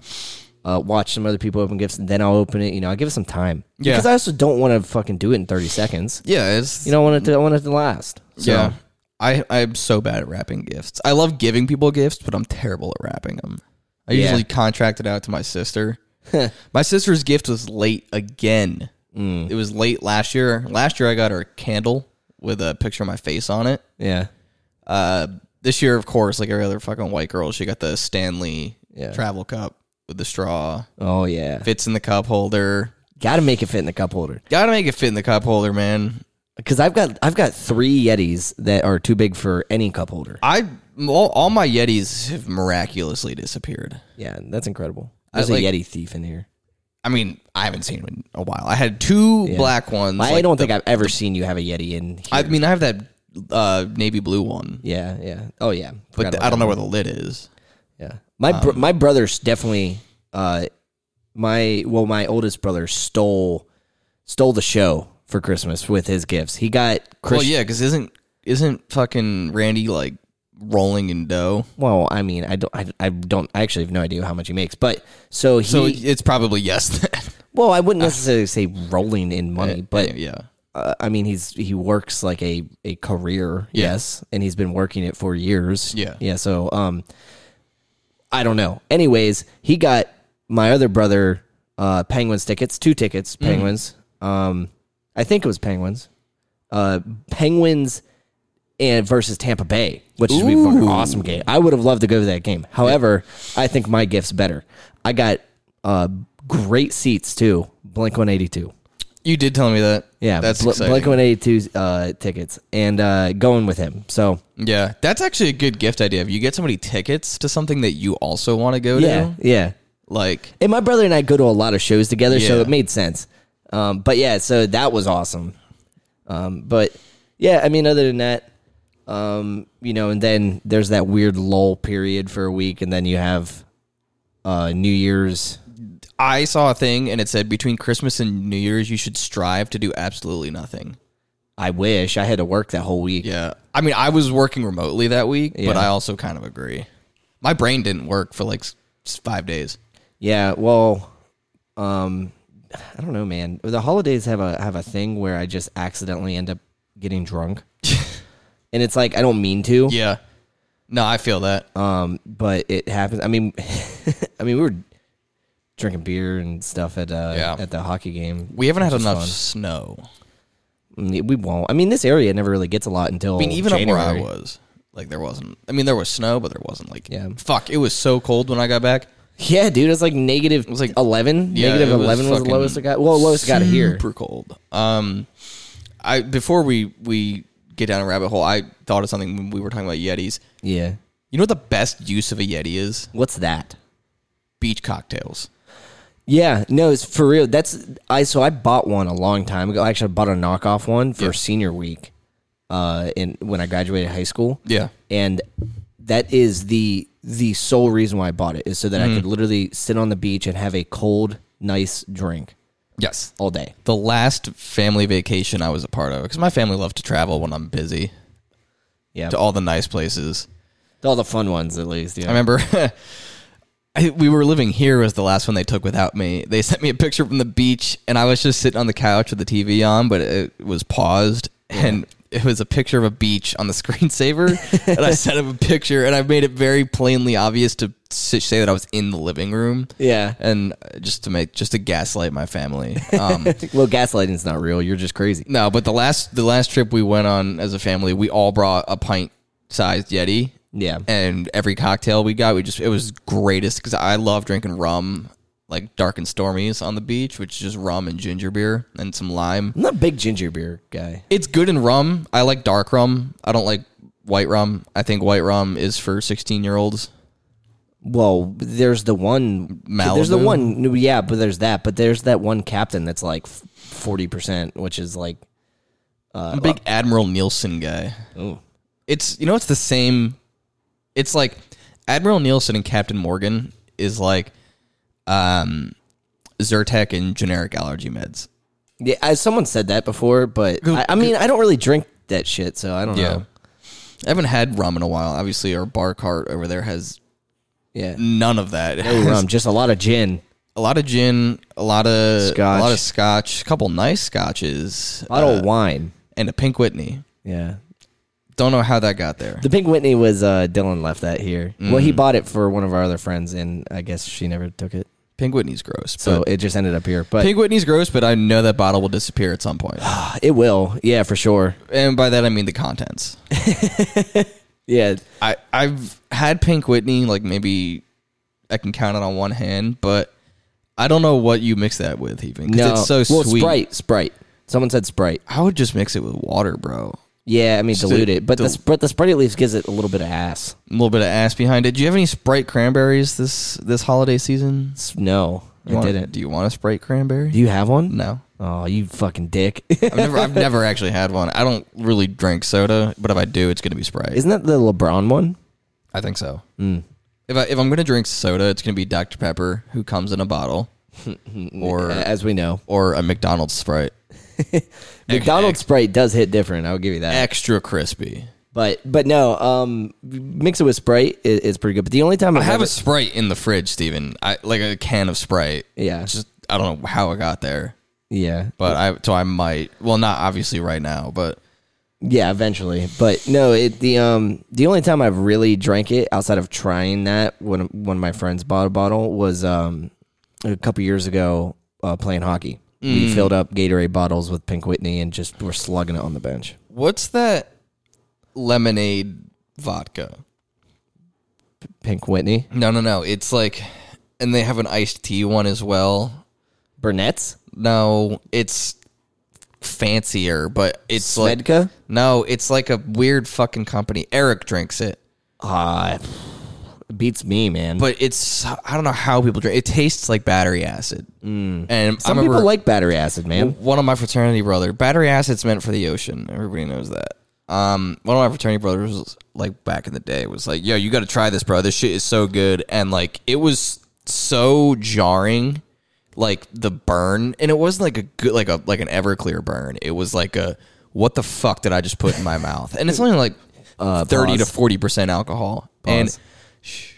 S1: uh, watch some other people open gifts and then I'll open it you know I give it some time
S2: Yeah.
S1: because I also don't want to fucking do it in thirty seconds
S2: yeah, it's
S1: you know I want it to I want it to last so,
S2: yeah. I I'm so bad at wrapping gifts. I love giving people gifts, but I'm terrible at wrapping them. I
S1: Yeah.
S2: usually contract it out to my sister. my sister's gift was late again.
S1: Mm.
S2: It was late last year. Last year I got her a candle with a picture of my face on it.
S1: yeah
S2: Uh, this year, of course, like every other fucking white girl, she got the Stanley
S1: Yeah.
S2: travel cup with the straw.
S1: Oh yeah,
S2: Fits in the cup holder.
S1: got to make it fit in the cup holder
S2: Gotta make it fit in the cup holder, man.
S1: because I've got I've got three Yetis that are too big for any cup holder.
S2: I all, all my Yetis have miraculously disappeared.
S1: Yeah, that's incredible.
S2: I
S1: There's
S2: like-
S1: a Yeti thief in here.
S2: I mean, I haven't seen them in a while. I had two black ones.
S1: I
S2: like
S1: don't
S2: the-
S1: think I've ever seen you have a Yeti in. Here.
S2: I mean, I have that uh, navy blue one,
S1: yeah, yeah. Oh yeah,
S2: but
S1: Forgot
S2: th-
S1: about
S2: I um, don't
S1: that.
S2: know where the lid is.
S1: Yeah, my br- my brother's definitely uh my well my oldest brother stole stole the show for Christmas with his gifts. He got Chris.
S2: well, yeah, because isn't isn't fucking Randy like rolling in dough?
S1: Well, I mean, I don't, I, I don't, I actually have no idea how much he makes. But so he,
S2: So it's probably yes. Then.
S1: well, I wouldn't necessarily say rolling in money, but
S2: yeah,
S1: uh, I mean, he's he works like a a career,
S2: Yeah.
S1: yes, and he's been working it for years.
S2: Yeah.
S1: yeah. So, um, I don't know. Anyways, he got my other brother uh, Penguins tickets, two tickets,
S2: Mm.
S1: Penguins. Um, I think it was Penguins, uh, Penguins, and versus Tampa Bay, which would be a fucking awesome game. I would have loved to go to that game. However, I think my gift's better. I got uh, great seats too. Blink one eighty two.
S2: you did tell me that.
S1: Yeah,
S2: that's
S1: Bl-
S2: exciting.
S1: Blink One Eighty Two uh, tickets and uh, going with him. So
S2: yeah, that's actually a good gift idea. If you get somebody tickets to something that you also want to go
S1: yeah,
S2: to,
S1: yeah.
S2: like
S1: And my brother and I go to a lot of shows together, so
S2: Yeah.
S1: it made sense. Um, but yeah, so that was awesome. Um, but yeah, I mean, other than that, um, you know, and then there's that weird lull period for a week, and then you have uh, New Year's.
S2: I saw a thing and it said between Christmas and New Year's you should strive to do absolutely nothing.
S1: I wish I had to work that whole week.
S2: Yeah. I mean, I was working remotely that week, but
S1: Yeah.
S2: I also kind of agree. My brain didn't work for like s- s- five days.
S1: Yeah, well, um, I don't know, man. The holidays have a have a thing where I just accidentally end up getting drunk, and it's like I don't mean to,
S2: Yeah. No, I feel that.
S1: um, but it happens. I mean, I mean, we were drinking beer and stuff at uh
S2: Yeah.
S1: at the hockey game.
S2: we haven't had
S1: which was
S2: enough
S1: fun.
S2: snow.
S1: I mean, We won't. I mean, this area never really gets a lot until
S2: I mean, even
S1: January.
S2: up where I was, like there wasn't. I mean, there was snow, but there wasn't like.
S1: Yeah.
S2: Fuck! It was so cold when I got back.
S1: Yeah, dude, it's like negative. It was
S2: was like-
S1: like eleven.
S2: Yeah,
S1: negative
S2: it was
S1: eleven was the
S2: fucking
S1: lowest I got. Well, lowest I got here.
S2: Super cold. Um, I before we we get down a rabbit hole, I thought of something when we were talking about Yetis.
S1: Yeah.
S2: You know what the best use of a Yeti is?
S1: What's that?
S2: Beach cocktails.
S1: Yeah, no, it's for real. That's I so I bought one a long time ago. Actually, I bought a knockoff one for senior week, uh, in when I graduated high school.
S2: Yeah.
S1: and that is the the sole reason why I bought it is so
S2: Mm.
S1: that I could literally sit on the beach and have a cold, nice drink
S2: Yes.
S1: all day.
S2: the last family vacation I was a part of because my family loved to travel when I'm busy
S1: Yeah,
S2: to all the nice places.
S1: all the fun ones at least.
S2: I
S1: Yeah,
S2: remember I, we were living here was the last one they took without me. They sent me a picture from the beach and I was just sitting on the couch with the TV on, but it was paused and it was a picture of a beach on the screensaver and I sent him a picture and I made it very plainly obvious to s- say that I was in the living room.
S1: yeah.
S2: And uh, just to make just to gaslight my family. Um
S1: Well, gaslighting's not real. You're just crazy.
S2: No, but the last the last trip we went on as a family, we all brought a pint sized Yeti.
S1: Yeah.
S2: And every cocktail we got, we just it was greatest because I love drinking rum, like dark and stormies on the beach, which is just rum and ginger beer and some lime.
S1: I'm not a big ginger beer guy.
S2: It's good in rum. I like dark rum. I don't like white rum. I think white rum is for sixteen year olds.
S1: Well, there's the one. There's the
S2: Malibu?
S1: one. Yeah, but there's that. But there's that one captain that's like forty percent, which is like
S2: I'm a big Admiral Nielsen guy.
S1: oh
S2: it's you know it's the same it's like admiral nielsen and captain morgan is like um zyrtec and generic allergy meds
S1: yeah. I, someone said that before, but I, I mean, I don't really drink that shit, so I don't know.
S2: Um, i haven't had rum in a while obviously our bar cart over there has
S1: Yeah,
S2: none of that
S1: no rum, just a lot of gin.
S2: a lot of gin a lot of
S1: Scotch.
S2: a lot of scotch a couple nice scotches
S1: bottle
S2: uh,
S1: of wine.
S2: and a pink whitney
S1: Yeah.
S2: don't know how that got there
S1: The Pink Whitney was uh, Dylan left that here. Well,
S2: Mm.
S1: he bought it for one of our other friends, and I guess she never took it,
S2: pink whitney's gross
S1: so
S2: but
S1: it just ended up here. But
S2: pink whitney's gross but i know that bottle will disappear at some point
S1: it will, yeah, for sure.
S2: and by that i mean the contents
S1: Yeah.
S2: I I've had Pink Whitney like maybe I can count it on one hand, but I don't know what you mix that with even
S1: No.
S2: because it's so
S1: well,
S2: sweet.
S1: Sprite. Sprite. Someone said Sprite.
S2: I would just mix it with water, bro.
S1: Yeah, I mean dilute it, but
S2: dil-
S1: the Sprite, the Sprite at least gives it a little bit of ass.
S2: A little bit of ass behind it. Do you have any Sprite cranberries this this holiday season?
S1: S- No,
S2: You
S1: I
S2: want-
S1: didn't.
S2: Do you want a Sprite cranberry?
S1: Do you have one?
S2: no.
S1: Oh, you fucking dick!
S2: I've never I've never actually had one. I don't really drink soda, but if I do, it's gonna be Sprite.
S1: Isn't that the LeBron one?
S2: I think so.
S1: Mm.
S2: If I if I'm gonna drink soda, it's gonna be Dr Pepper, who comes in a bottle, or
S1: As we know,
S2: or a McDonald's Sprite,
S1: McDonald's Sprite does hit different. I'll give you that.
S2: extra crispy.
S1: But but no, um, mix it with Sprite is, is pretty good. But the only time I,
S2: I have
S1: ever-
S2: a Sprite in the fridge, Steven. I like a can of Sprite.
S1: Yeah.
S2: It's just I don't know how it got there,
S1: yeah
S2: but I so I might. Well, not obviously right now, but
S1: yeah eventually. But no, it the um the only time I've really drank it outside of trying that when one of my friends bought a bottle was um a couple years ago uh, playing hockey.
S2: Mm.
S1: We filled up Gatorade bottles with Pink Whitney and just were slugging it on the bench.
S2: what's that lemonade vodka?
S1: Pink Whitney,
S2: No, no, no. It's like, and they have an iced tea one as well.
S1: Burnett's,
S2: No, it's fancier, but it's like
S1: Svedka.
S2: no, it's like a weird fucking company. Eric drinks it,
S1: Ah, beats me, man.
S2: but it's I don't know how people drink. It tastes like battery acid, mm. and
S1: some
S2: I remember
S1: people like battery acid, man.
S2: one of my fraternity brother. Battery acid's meant for the ocean. Everybody knows that. Um, one of my fraternity brothers, was, like back in the day, was like, "Yo, you got to try this, bro. This shit is so good." And like, it was so jarring, like the burn, and it wasn't like a good, like a like an Everclear burn. It was like a what the fuck did I just put in my mouth? And it's only like thirty to
S1: Uh, pause.
S2: forty percent alcohol,
S1: Pause.
S2: and. Shh.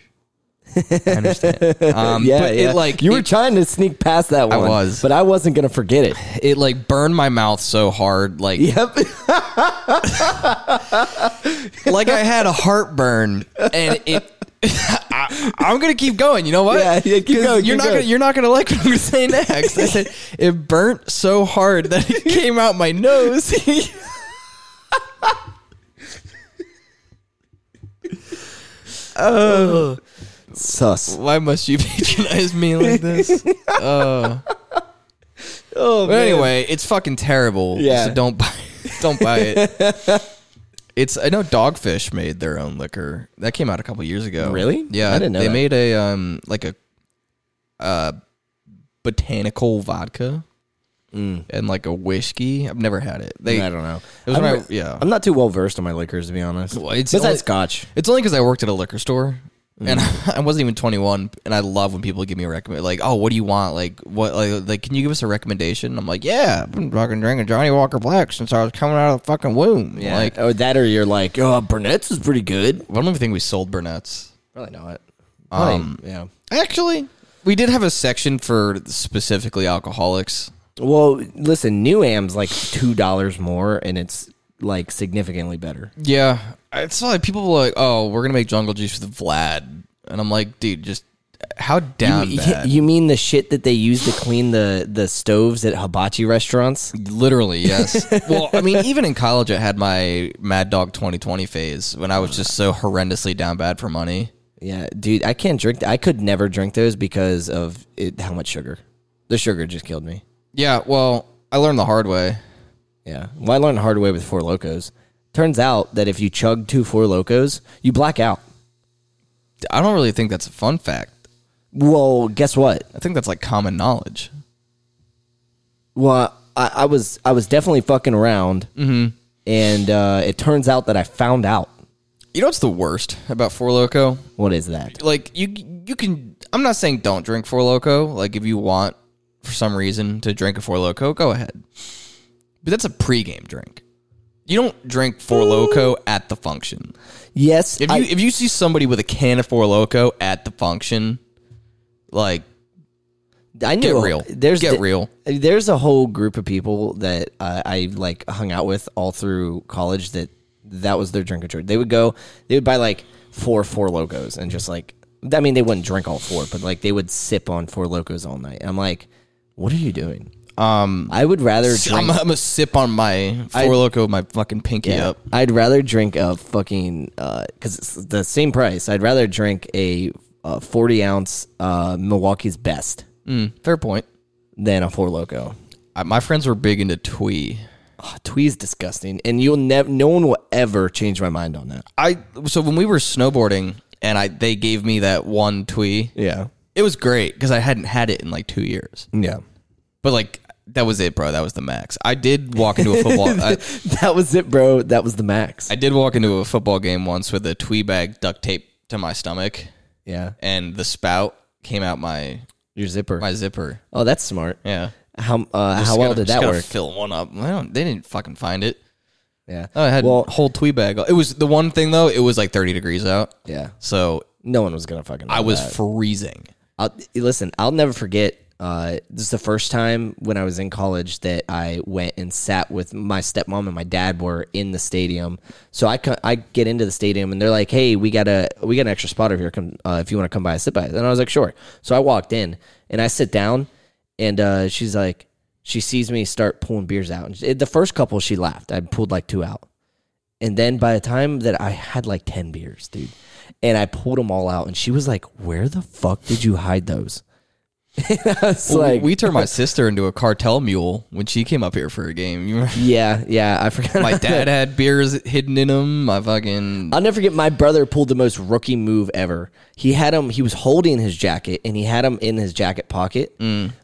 S2: I understand. Um,
S1: Yeah,
S2: but
S1: yeah.
S2: it like
S1: you were
S2: it-
S1: trying to sneak past that one.
S2: was.
S1: but I wasn't gonna forget it.
S2: it like burned my mouth so hard, like
S1: Yep.
S2: like I had a heartburn, and it. I, I'm gonna keep going. You know what?
S1: Yeah, yeah, keep
S2: 'Cause
S1: going,
S2: You're
S1: keep
S2: not
S1: going.
S2: gonna you're not gonna like what I'm gonna say next. I said it burnt so hard that it came out my nose. oh,
S1: Sus.
S2: why must you patronize me like this? Oh,
S1: Oh,
S2: but anyway, it's fucking terrible.
S1: Yeah.
S2: so don't buy don't buy it. It's I know Dogfish made their own liquor that came out a couple years ago.
S1: Really?
S2: Yeah,
S1: I didn't know
S2: They
S1: that.
S2: made a um like a uh botanical vodka and like a whiskey. I've never had it. They
S1: Mm. I don't know.
S2: It was
S1: I'm,
S2: when I-
S1: re-
S2: yeah.
S1: I'm not too well versed on my liquors to be honest.
S2: Well, it's
S1: Besides
S2: only-
S1: Scotch.
S2: It's only because I worked at a liquor store. And I wasn't even 21, and I love when people give me a recommend. Like, oh, what do you want? Like, what? Like, like, can you give us a recommendation? I'm like, yeah, I've been fucking drinking Johnny Walker Black since I was coming out of the fucking womb. Like,
S1: Like or that, or you're like, oh, Burnett's is pretty good.
S2: I don't even think we sold Burnett's.
S1: Probably not.
S2: Um,
S1: Probably, yeah.
S2: Actually, we did have a section for specifically alcoholics.
S1: Well, listen, New Am's like two dollars more, and it's like significantly better.
S2: Yeah, it's like people were like, oh, we're gonna make jungle juice with Vlad, and I'm like, dude, just how down
S1: you,
S2: bad?
S1: you mean the shit that they use to clean the the stoves at hibachi restaurants?
S2: Literally, yes. well, I mean, even in college, I had my Mad Dog 2020 phase when I was just so horrendously down bad for money.
S1: Yeah, dude, I can't drink. I could never drink those because of it, how much sugar. The sugar just killed me.
S2: Yeah, well, I learned the hard way.
S1: Yeah. Well, I learned the hard way with Four Locos. Turns out that if you chug two Four Locos, you black out.
S2: I don't really think that's a fun fact.
S1: Well, guess what?
S2: I think that's like common knowledge.
S1: Well, I, I was I was definitely fucking around,
S2: Mm-hmm.
S1: and uh, it turns out that I found out
S2: You know what's the worst about Four Loco?
S1: what is that.
S2: Like you, you can. I'm not saying don't drink Four Loco. Like if you want, for some reason, to drink a Four Loco, go ahead. But that's a pregame drink. You don't drink Four Loco at the function.
S1: Yes,
S2: If you
S1: I-
S2: if you see somebody with a can of Four Loco at the function, like
S1: I knew
S2: Get
S1: a-
S2: real.
S1: There's
S2: Get real.
S1: There's a whole group of people that uh, I like hung out with all through college that that was their drink of choice. They would go, they would buy like four four locos and just like I mean they wouldn't drink all four, but like they would sip on four locos all night. I'm like, what are you doing?
S2: Um,
S1: I would rather drink.
S2: I'm, I'm gonna sip on my Four Loco, with my fucking pinky
S1: Yeah.
S2: up.
S1: I'd rather drink a fucking because it's the same price. I'd rather drink a, uh forty ounce uh, Milwaukee's Best
S2: Mm, fair point.
S1: than a Four Loco.
S2: I, my friends were big into Twee.
S1: Oh, Twee's disgusting, and you'll never. No one will ever change my mind on that.
S2: I so when we were snowboarding and I they gave me that one Twee.
S1: Yeah,
S2: It was great because I hadn't had it in like two years.
S1: yeah.
S2: But like that was it, bro. That was the max. I did walk into a football. I,
S1: That was it, bro. That was the max.
S2: I did walk into a football game once with a Twee bag duct tape to my stomach,
S1: yeah,
S2: and the spout came out my
S1: your zipper.
S2: my zipper.
S1: oh, that's smart.
S2: Yeah.
S1: How uh, how
S2: Just
S1: well
S2: gotta-
S1: did
S2: just
S1: that
S2: gotta
S1: work?
S2: Fill one up. I don't, they didn't fucking find it.
S1: Yeah.
S2: Oh, I had
S1: Well-
S2: a whole Twee bag. It was the one thing though. It was like thirty degrees out,
S1: yeah.
S2: so
S1: No one was gonna fucking.
S2: I
S1: know
S2: was
S1: that.
S2: freezing.
S1: I'll, listen, I'll never forget. Uh, this is the first time when I was in college that I went and sat with my stepmom and my dad were in the stadium. So I co- I get into the stadium and they're like, "Hey, we got a we got an extra spot over here. Come uh, if you want to come by, sit by." And I was like, "Sure." So I walked in and I sit down, and uh, she's like, she sees me start pulling beers out. And she- the first couple she laughed. I pulled like two out. And then by the time that I had like 10 beers, dude, and I pulled them all out, and she was like, Where the fuck did you hide those? and I was
S2: Well, we-
S1: like,
S2: we turned my sister into a cartel mule when she came up here for a game. You remember?
S1: Yeah, yeah, I forgot.
S2: My
S1: about that.
S2: dad had beers hidden in them. My fucking
S1: I'll never forget my brother pulled the most rookie move ever. He had him, he was holding his jacket and he had him in his jacket pocket,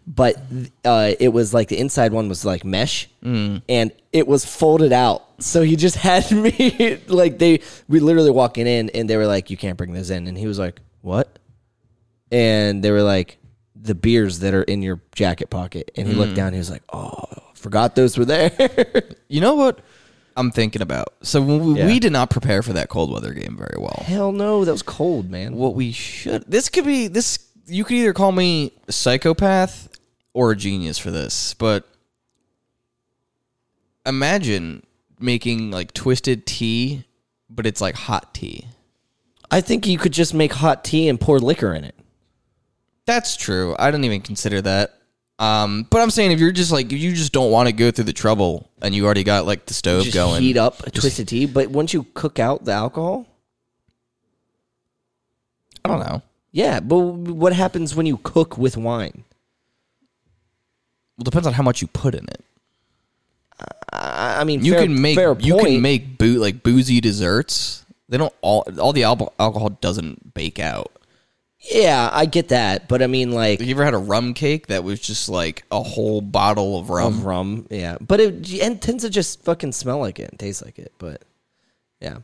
S1: but uh, it was like the inside one was like mesh and it was folded out. So he just had me, like, they, we literally walking in and they were like, you can't bring those in. And he was like, what? And they were like, the beers that are in your jacket pocket. And he looked down, he was like, oh, forgot those were there.
S2: You know what I'm thinking about? So when we,
S1: Yeah.
S2: we did not prepare for that cold weather game very well.
S1: Hell no, that was cold, man.
S2: What we should this could be this you could either call me a psychopath or a genius for this, but imagine making like twisted tea, but it's like hot tea.
S1: I think you could just make hot tea and pour liquor in it.
S2: That's true. I didn't even consider that. Um, but I'm saying if you're just like if you just don't want to go through the trouble and you already got like the stove
S1: Just
S2: going,
S1: heat up a twisted tea, but once you cook out the alcohol,
S2: I don't know.
S1: yeah. But what happens when you cook with wine?
S2: Well, depends on how much you put in it.
S1: I I mean,
S2: You
S1: fair-
S2: can make
S1: fair
S2: you
S1: point.
S2: can make boo like boozy desserts. They don't all all the al- alcohol doesn't bake out.
S1: Yeah, I get that, but I mean, like
S2: Have you ever had a rum cake that was just like a whole bottle of rum?
S1: rum, yeah. But it, and tends to just fucking smell like it and taste like it. But yeah,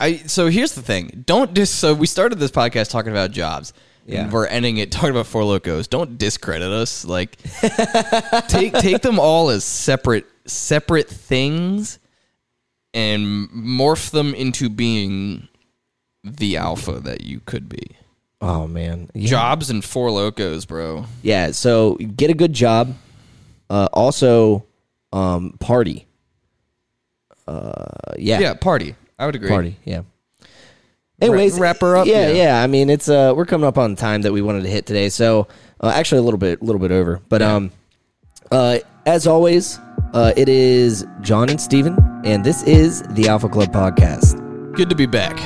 S2: I so here's the thing. Don't dis so we started this podcast talking about jobs.
S1: Yeah.
S2: And we're ending it talking about four locos. Don't discredit us. Like take take them all as separate separate things and morph them into being the alpha that you could be.
S1: oh man, yeah.
S2: Jobs and four locos, bro.
S1: Yeah, so get a good job. Uh, also, um, party. Uh, yeah,
S2: Yeah, party. I would agree.
S1: party. Yeah. Anyways,
S2: wrap her up,
S1: Yeah, yeah,
S2: yeah.
S1: I mean, it's uh, we're coming up on the time that we wanted to hit today. So, uh, actually, a little bit, a little bit over. But um, uh, as always, uh, it is John and Steven, and this is the Alpha Club podcast.
S2: Good to be back.